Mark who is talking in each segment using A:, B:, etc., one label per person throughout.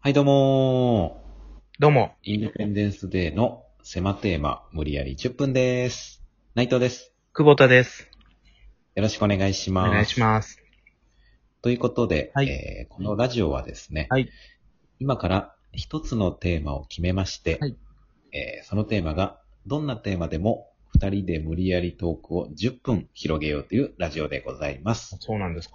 A: はい、どうも
B: どうも。
A: ー。インデペンデンスデーの狭テーマ、無理やり10分です。内藤です。
B: 久保田です。
A: よろしくお願いし
B: お
A: ます。
B: 願いします。
A: ということで、
B: はい
A: えーこのラジオはですね、
B: はい
A: 今から一つのテーマを決めまして、
B: はい
A: えーそのテーマがどんなテーマでも二人で無理やりトークを10分広げようというラジオでございます。
B: そうなんですか。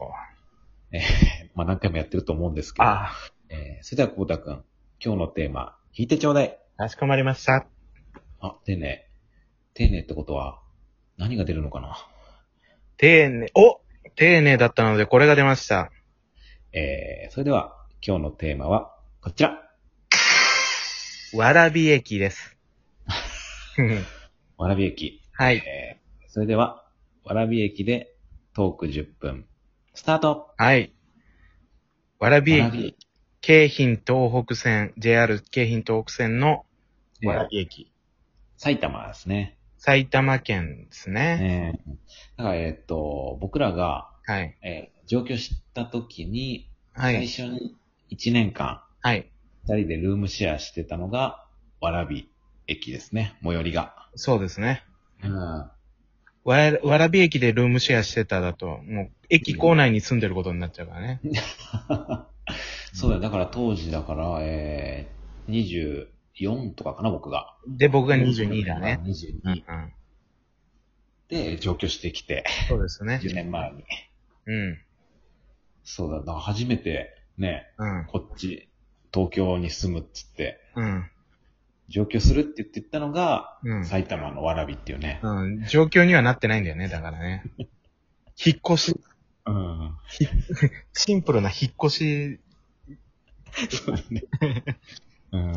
A: まあ何回もやってると思うんですけど、
B: あ
A: えーそれでは久保田くん、今日のテーマ、引いてちょうだい。
B: あ、かしこまりました。
A: あ、丁寧。丁寧ってことは、何が出るのかな
B: 丁寧、お丁寧だったのでこれが出ました。
A: えー、それでは、今日のテーマは、こちら。
B: わらび駅 です。うん
A: わらび駅。
B: はい。
A: えー、それでは、わらび駅でトーク10分、スタート
B: はい。わらび
A: わらび
B: 駅、
A: 駅
B: 京浜東北線、JR 京浜東北線の
A: えー
B: わらび駅。
A: 埼玉ですね。
B: 埼玉県ですね。
A: えー、だから、えーっと、僕らが、
B: はい。
A: えー上京した時に、
B: は
A: 最
B: い。
A: 初に1年間、
B: はい。
A: 二人でルームシェアしてたのが、わらび駅ですね。最寄りが。
B: そうですね。
A: うん。
B: わらわらび駅でルームシェアしてただと、もう、駅構内に住んでることになっちゃうから ね。
A: そうだよ。だから当時だから、えー、24とかかな、僕が。
B: で、僕が22だね。。
A: 22。
B: うん。
A: で、上京してきて、
B: そうですね。
A: 10年前に。
B: うん。
A: そうだ、だから初めて、ね、
B: うん。
A: こっち、東京に住むっつって、
B: うん。
A: 上京するって言ってたのが、
B: うん。
A: 埼玉のわらびっていうね。
B: うん。状況にはなってないんだよね、だからね。 引っ越し、
A: うん。
B: シンプルな引っ越し、
A: そうだね。うん。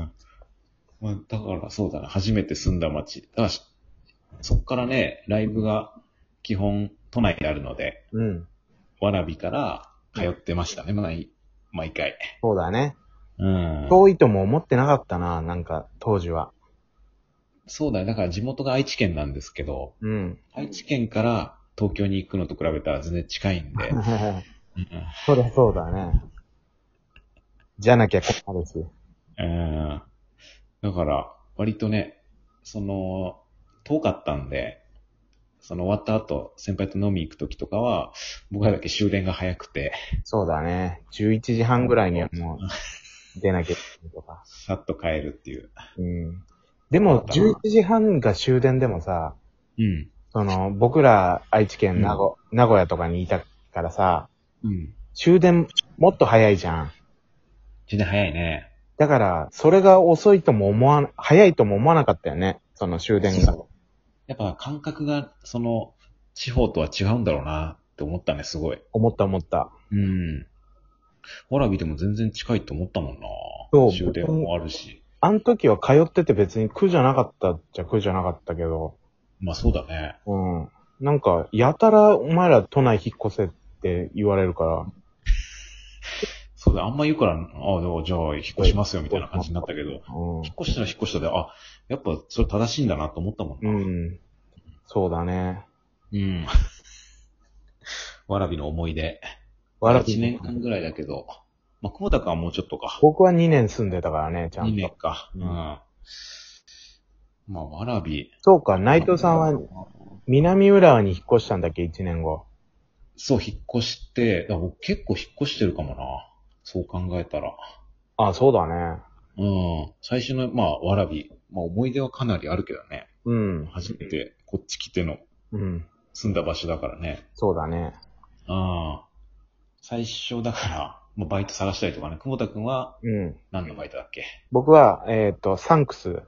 A: まあ、だからそうだな、初めて住んだ街。だからし、そっからね、ライブが基本都内であるので、
B: うん。
A: わらびから通ってましたね、毎毎回。
B: そうだね。
A: うん
B: 遠いとも思ってなかったな、なんか、当時は。
A: そうだね。だから地元が愛知県なんですけど、
B: うん。
A: 愛知県から東京に行くのと比べたら全然近いんで。うん
B: そりゃそうだね。じゃなきゃ困るし。
A: うん。だから、割とね、その、遠かったんで、その終わった後、先輩と飲み行く時とかは、僕らだけ終電が早くて、
B: そうだね。11時半ぐらいにはもう、出なきゃいけないとか。
A: さっと帰るっていう。
B: うん。でも、11時半が終電でもさ、
A: うん。
B: その、僕ら愛知県名古,、名古屋とかにいたからさ、
A: うん。
B: 終電もっと早いじゃん。
A: 終電早いね。
B: だから、それが遅いとも思わな、早いとも思わなかったよね。その終電が。
A: やっぱ感覚が、その、地方とは違うんだろうなって思ったね、すごい。
B: 思った思った。
A: うん。わらびでも全然近いと思ったもんな。
B: そう
A: 終電もあるし。
B: あの時は通ってて別に苦じゃなかったっちゃ苦じゃなかったけど、
A: まあそうだね。
B: うん。なんか、やたらお前ら都内引っ越せって言われるから、
A: そうだ、あんま言うから、ああ、でもじゃあ引っ越しますよみたいな感じになったけど、
B: うん
A: 引っ越したら引っ越したで、あ、やっぱそれ正しいんだなと思ったもん。
B: う
A: な。
B: ん。そうだね。
A: うん。 わらびの思い出。
B: 笑
A: 1年間ぐらいだけど、まあ久保田君はもうちょっとか。
B: 僕は2年住んでたからね、ちゃん
A: 2
B: と
A: 年。か。う。
B: うんん
A: まあわらび。
B: そうか、内藤さんは南浦和に引っ越したんだっけ、1年後。
A: そう、引っ越して、だから僕結構引っ越してるかもな。そう考えたら。
B: あ、そうだね。
A: うん。最初の、まあ、わらび。まあ、思い出はかなりあるけどね。
B: うん。
A: 初めて、こっち来ての、
B: うん。
A: 住んだ場所だからね。
B: そうだね。
A: ああ。最初だから、まあ、バイト探したりとかね。久保田くんは、
B: うん。
A: 何のバイトだっけ
B: 僕は、えっ、と、サンクス。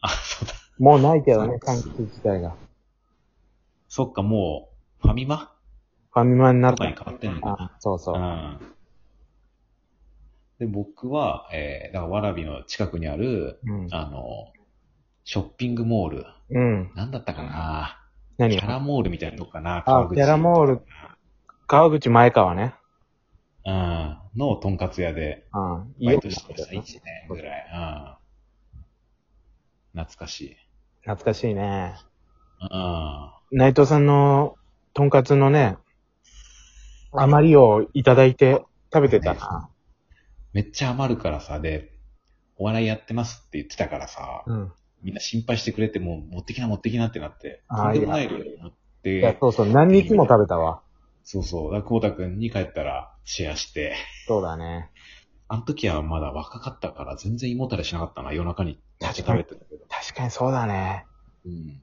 A: あ、そうだ。
B: もうないけどね、サ
A: サン
B: ン
A: ク
B: ク
A: ス
B: ス自体が。
A: そっか、もう、ファミマ
B: ファミマになっ
A: とか
B: た
A: に。変わってんのか
B: あ、そうそう。
A: な。うん。で、僕は、えー、だから、わらびの近くにある、
B: うん。
A: あの、ショッピングモール。
B: うん。
A: なんだったかなキ
B: 何
A: ャラモールみたいなとこかな
B: あ、キャラモール。川口前川ね。
A: うん。の、とんかつ屋で、
B: うん。
A: バイ
B: よ
A: トしてました。1年ぐらい。うん。懐かしい。
B: 懐かしいね。
A: うん。
B: 内藤さんの、とんかつのね、余りをいただいて食べてたな。
A: めっちゃ余るからさ、で、お笑いやってますって言ってたからさ、
B: うん。
A: みんな心配してくれて、もう持ってきな持ってきなってなって、
B: あー
A: とんでもない量持っ
B: いや
A: て、、
B: そうそう、何日も食べたわ。
A: そうそう、だから久保田くんに帰ったらシェアして、
B: そうだね。
A: あの時はまだ若かったから全然胃もたれしなかったな、夜中に立ち食べてたけど。
B: 確かにそうだね。
A: うん。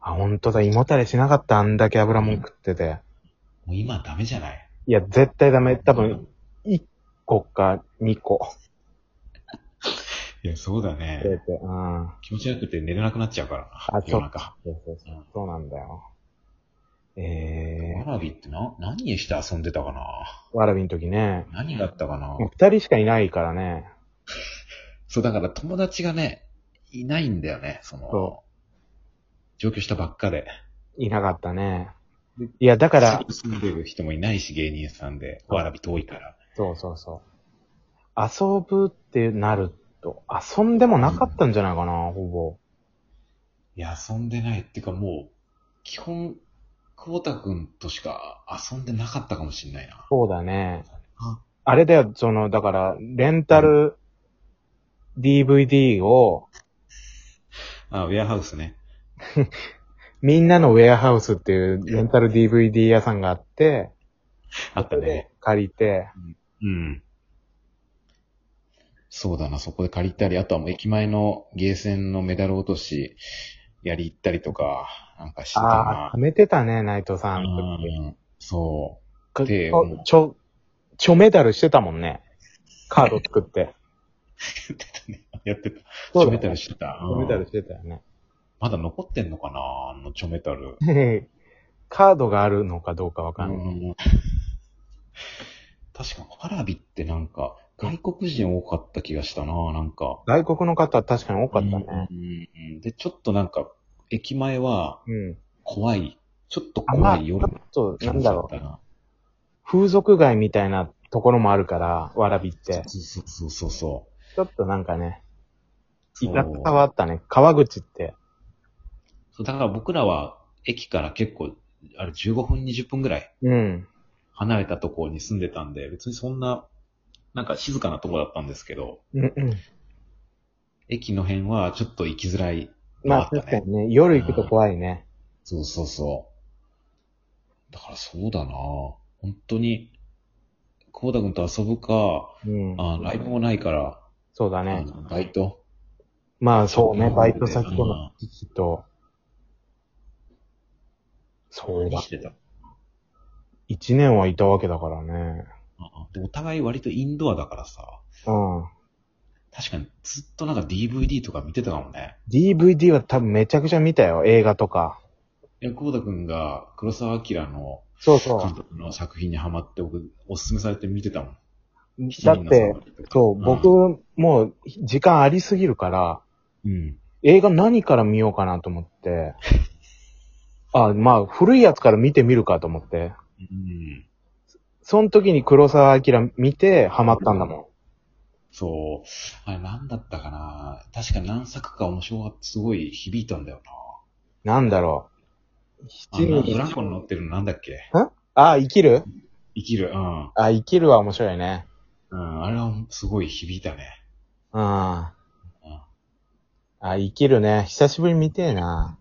B: あ、ほんとだ、胃もたれしなかった、あんだけ油もん食ってて。
A: もう今はダメじゃない
B: いや、絶対ダメ。多分、1個か2個。
A: いや、そうだね。
B: 出て、うん。
A: 気持ち悪くて寝れなくなっちゃうから。
B: あ
A: 夜中。
B: そうそうそう。そうなんだよ。え
A: わらびってな、何して遊んでたかな
B: ー、わらびの時ね。
A: 何があったかな、
B: もう二人しかいないからね。
A: そう、だから友達がね、いないんだよね、その、
B: そ
A: 上京したばっかで。
B: いなかったね。いや、だから、
A: 住んでる人もいないし、芸人さんで、わらび遠いから。
B: そうそうそう。遊ぶってなると、遊んでもなかったんじゃないかな、ほぼ。
A: いや、遊んでないっていうかもう、基本、久保田くんとしか遊んでなかったかもしれないな。
B: そうだね。
A: あ
B: あれだよ、その、だから、レンタル DVD を、
A: あ、ウェアハウスね。
B: みんなのウェアハウスっていうレンタル DVD 屋さんがあって、
A: あったね。
B: 借りて、
A: うん。そうだな、そこで借りたり、あとはもう駅前のゲーセンのメダル落とし、やり行ったりとか、なんかしてた
B: ああ、
A: な
B: は。めてたね、内藤さん。
A: うん、そ
B: か
A: で
B: ちょ、ちょ、ちょメダルしてたもんね。カード作って。
A: う。やってた。チ
B: そう
A: ョ
B: だ
A: メ
B: ね
A: タルしてた。
B: ち
A: うん
B: ょメダルしてたよね。
A: まだ残ってんのかなあのチョメタル。
B: カードがあるのかどうかわかんない。
A: うん 確か、パラビってなんか、外国人多かった気がしたな、なんか。
B: 外国の方は確かに多かったね。
A: うんうんで、ちょっとなんか、駅前は
B: うん。
A: 怖い。ちょっと
B: あま
A: 怖
B: あ、
A: い
B: ち
A: 夜
B: ょっと、なんだろう。
A: う。
B: 風俗街みたいなところもあるから、わらびって。
A: そうそうそうそ
B: ちょっとなんかね、
A: う。
B: いたさはあったね。川口って。
A: そうだから僕らは駅から結構、あれ15分20分ぐらい
B: うん。
A: 離れたところに住んでたんで、別にそんな、なんか静かなところだったんですけど、
B: うんうん。
A: 駅の辺はちょっと行きづらいの
B: まあ
A: あっ
B: 確
A: た
B: か
A: ね。
B: にね、夜行くと怖いね。
A: そうそうそう。だからそうだな本当に、コーダ君と遊ぶか、
B: うん。
A: あライブもないから、
B: そうだ
A: あ
B: ね。
A: のバイト。
B: まあそうね、バイト先と
A: う
B: の
A: ん
B: 行きと。そう
A: 何
B: だ
A: し。てた
B: 一年はいたわけだからね。
A: あでお互い割とインドアだからさ、
B: うん。
A: 確かにずっとなんか DVD とか見てたかもね。
B: DVD は多分めちゃくちゃ見たよ、映画とか。
A: いや、久保田くんが黒沢明の
B: そうそ
A: 監督の作品にハマって、僕、おすすめされて見てたもん。
B: う。だって、そう、
A: ん
B: 僕、もう、時間ありすぎるから、
A: うん。
B: 映画何から見ようかなと思 って、あ、まあ、古いやつから見てみるかと思って、
A: うん。
B: その時に黒沢明見て、ハマったんだもん。
A: そう。あれ、なんだったかな確か何作か面白かった。すごい響いたんだよ
B: なんだろう。
A: な。あの、
B: 七
A: ブラン
B: 人、
A: コに乗ってるのなんだっけ
B: あ、生きる
A: 生きる。うん。
B: あ、生きるは面白いね。
A: うん。あれは、すごい響いたね。
B: うん。あ、
A: うん。
B: 生きるね。久しぶりに見てえな。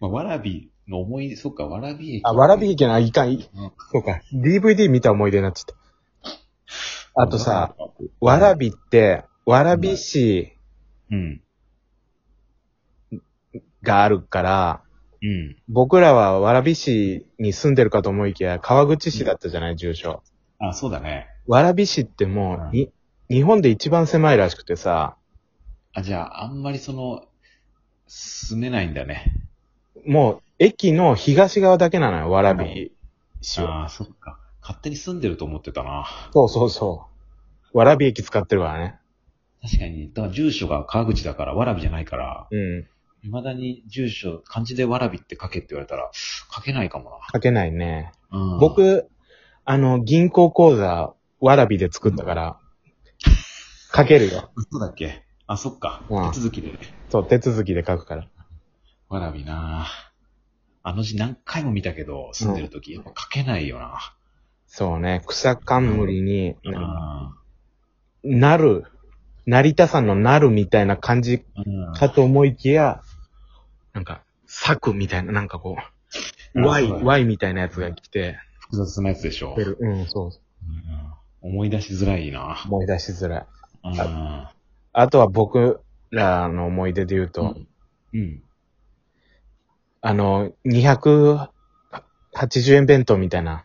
A: まあ、わらびの思い、そっか、わらび駅。
B: あ、わらび劇の、あいかん、い
A: うん
B: そうか。DVD 見た思い出になっちゃった。あとさ、、わらびって、わらび市
A: うん。
B: があるから、
A: うん。
B: 僕らはわらび市に住んでるかと思いきや、川口市だったじゃない、住所。
A: あ、そうだね。
B: わらび市っても
A: うん
B: う、に、日本で一番狭いらしくてさ、
A: あ、じゃあ、あんまりその、住めないんだね。
B: もう、駅の東側だけなのよ、わらび市は。
A: ああ、そっか。勝手に住んでると思ってたな。
B: そうそうそう。わらび駅使ってるからね。
A: 確かに、だから住所が川口だから、わらびじゃないから、
B: うん。
A: 未だに住所、漢字でわらびって書けって言われたら、書けないかも
B: 書けないね。
A: な。うん、
B: 僕、あの、銀行口座、わらびで作った から、書けるよ。
A: 嘘だっけあ、そっか
B: うん。
A: 手続きで。
B: そう、手続きで書くから。
A: わらびなあの字何回も見たけど、住んでる時、やっぱ書けないよな。
B: そうね、草冠に
A: あ
B: なる、成田さんのなるみたいな感じ
A: あ。うん
B: かと思いきや、
C: なんか、柵みたいな、なんかこう、
A: うん
C: Y、
A: そう
C: Y みたいなやつが来て、
A: 複雑なやつでしょ
B: 出。るうん、そう。
A: うん思い出しづらいな。
B: 思い出しづらい。
A: うん
B: あとは僕らの思い出で言うと、
A: うんうん。
B: あの、280円弁当みたいな
A: あっ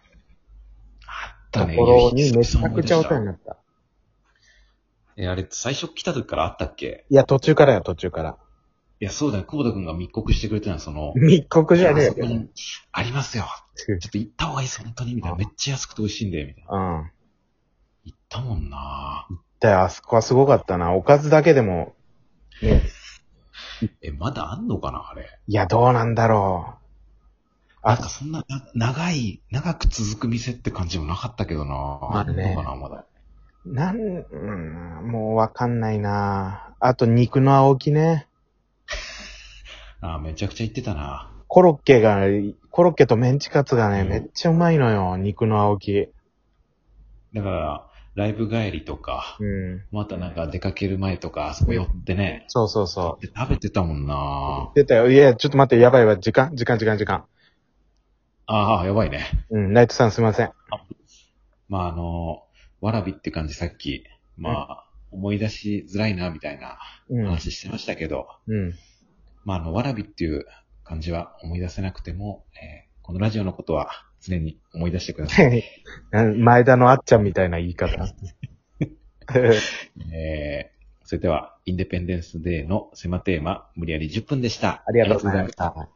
B: と
A: たね。
B: ころに
A: いや
B: めちゃくちゃお世話に。
A: 久々思い出し
B: なった。
A: たえ、あれ、最初来た時からあったっけ
B: いや、途中からよ、途中から。
A: いや、そうだよ。久保田くんが密告してくれてたのその、
B: 密告じゃ
A: あ
B: ね
A: そこ
B: えよ。
A: にありますよ。ちょっと行った方がいいです、本当に。みたいな。めっちゃ安くて美味しいんで、みたいな。
B: うん。
A: 行ったもんな
B: だよ、あそこはすごかったな。おかずだけでも、ね。
A: え、まだあんのかなあれ。
B: いや、どうなんだろう。
A: なん
B: あ
A: か、そんな、な長い、長く続く店って感じもなかったけどな
C: まあ
B: ね
A: んのかな、まだ。
B: なん、うん、もうわかんないな。あと、肉の青木ね。
A: あ、めちゃくちゃ行ってたな
B: コロッケが、コロッケとメンチカツがね、
A: うん
B: めっちゃうまいのよ、肉の青木。
A: だから、ライブ帰りとか、
B: うん。
A: またなんか出かける前とか、あそこ寄ってね、
B: そうそうそう。
A: で食べてたもんな
B: 出たよ。いや、ちょっと待って、やばいわ。時間時間時間時間。
A: ああ、やばいね。
B: うん、ナイトさんすいません。
A: まああの、わらびって感じさっき、まあ、思い出しづらいな、みたいな
B: うん。
A: 話してましたけど、
B: うん。
A: まああの、わらびっていう感じは思い出せなくても、えーこのラジオのことは常に思い出してください。
B: 前田のあっちゃんみたいな言い 方。
A: えーそれでは、インデペンデンスデーの狭テーマ、無理やり10分でした。
B: ありがとうございました。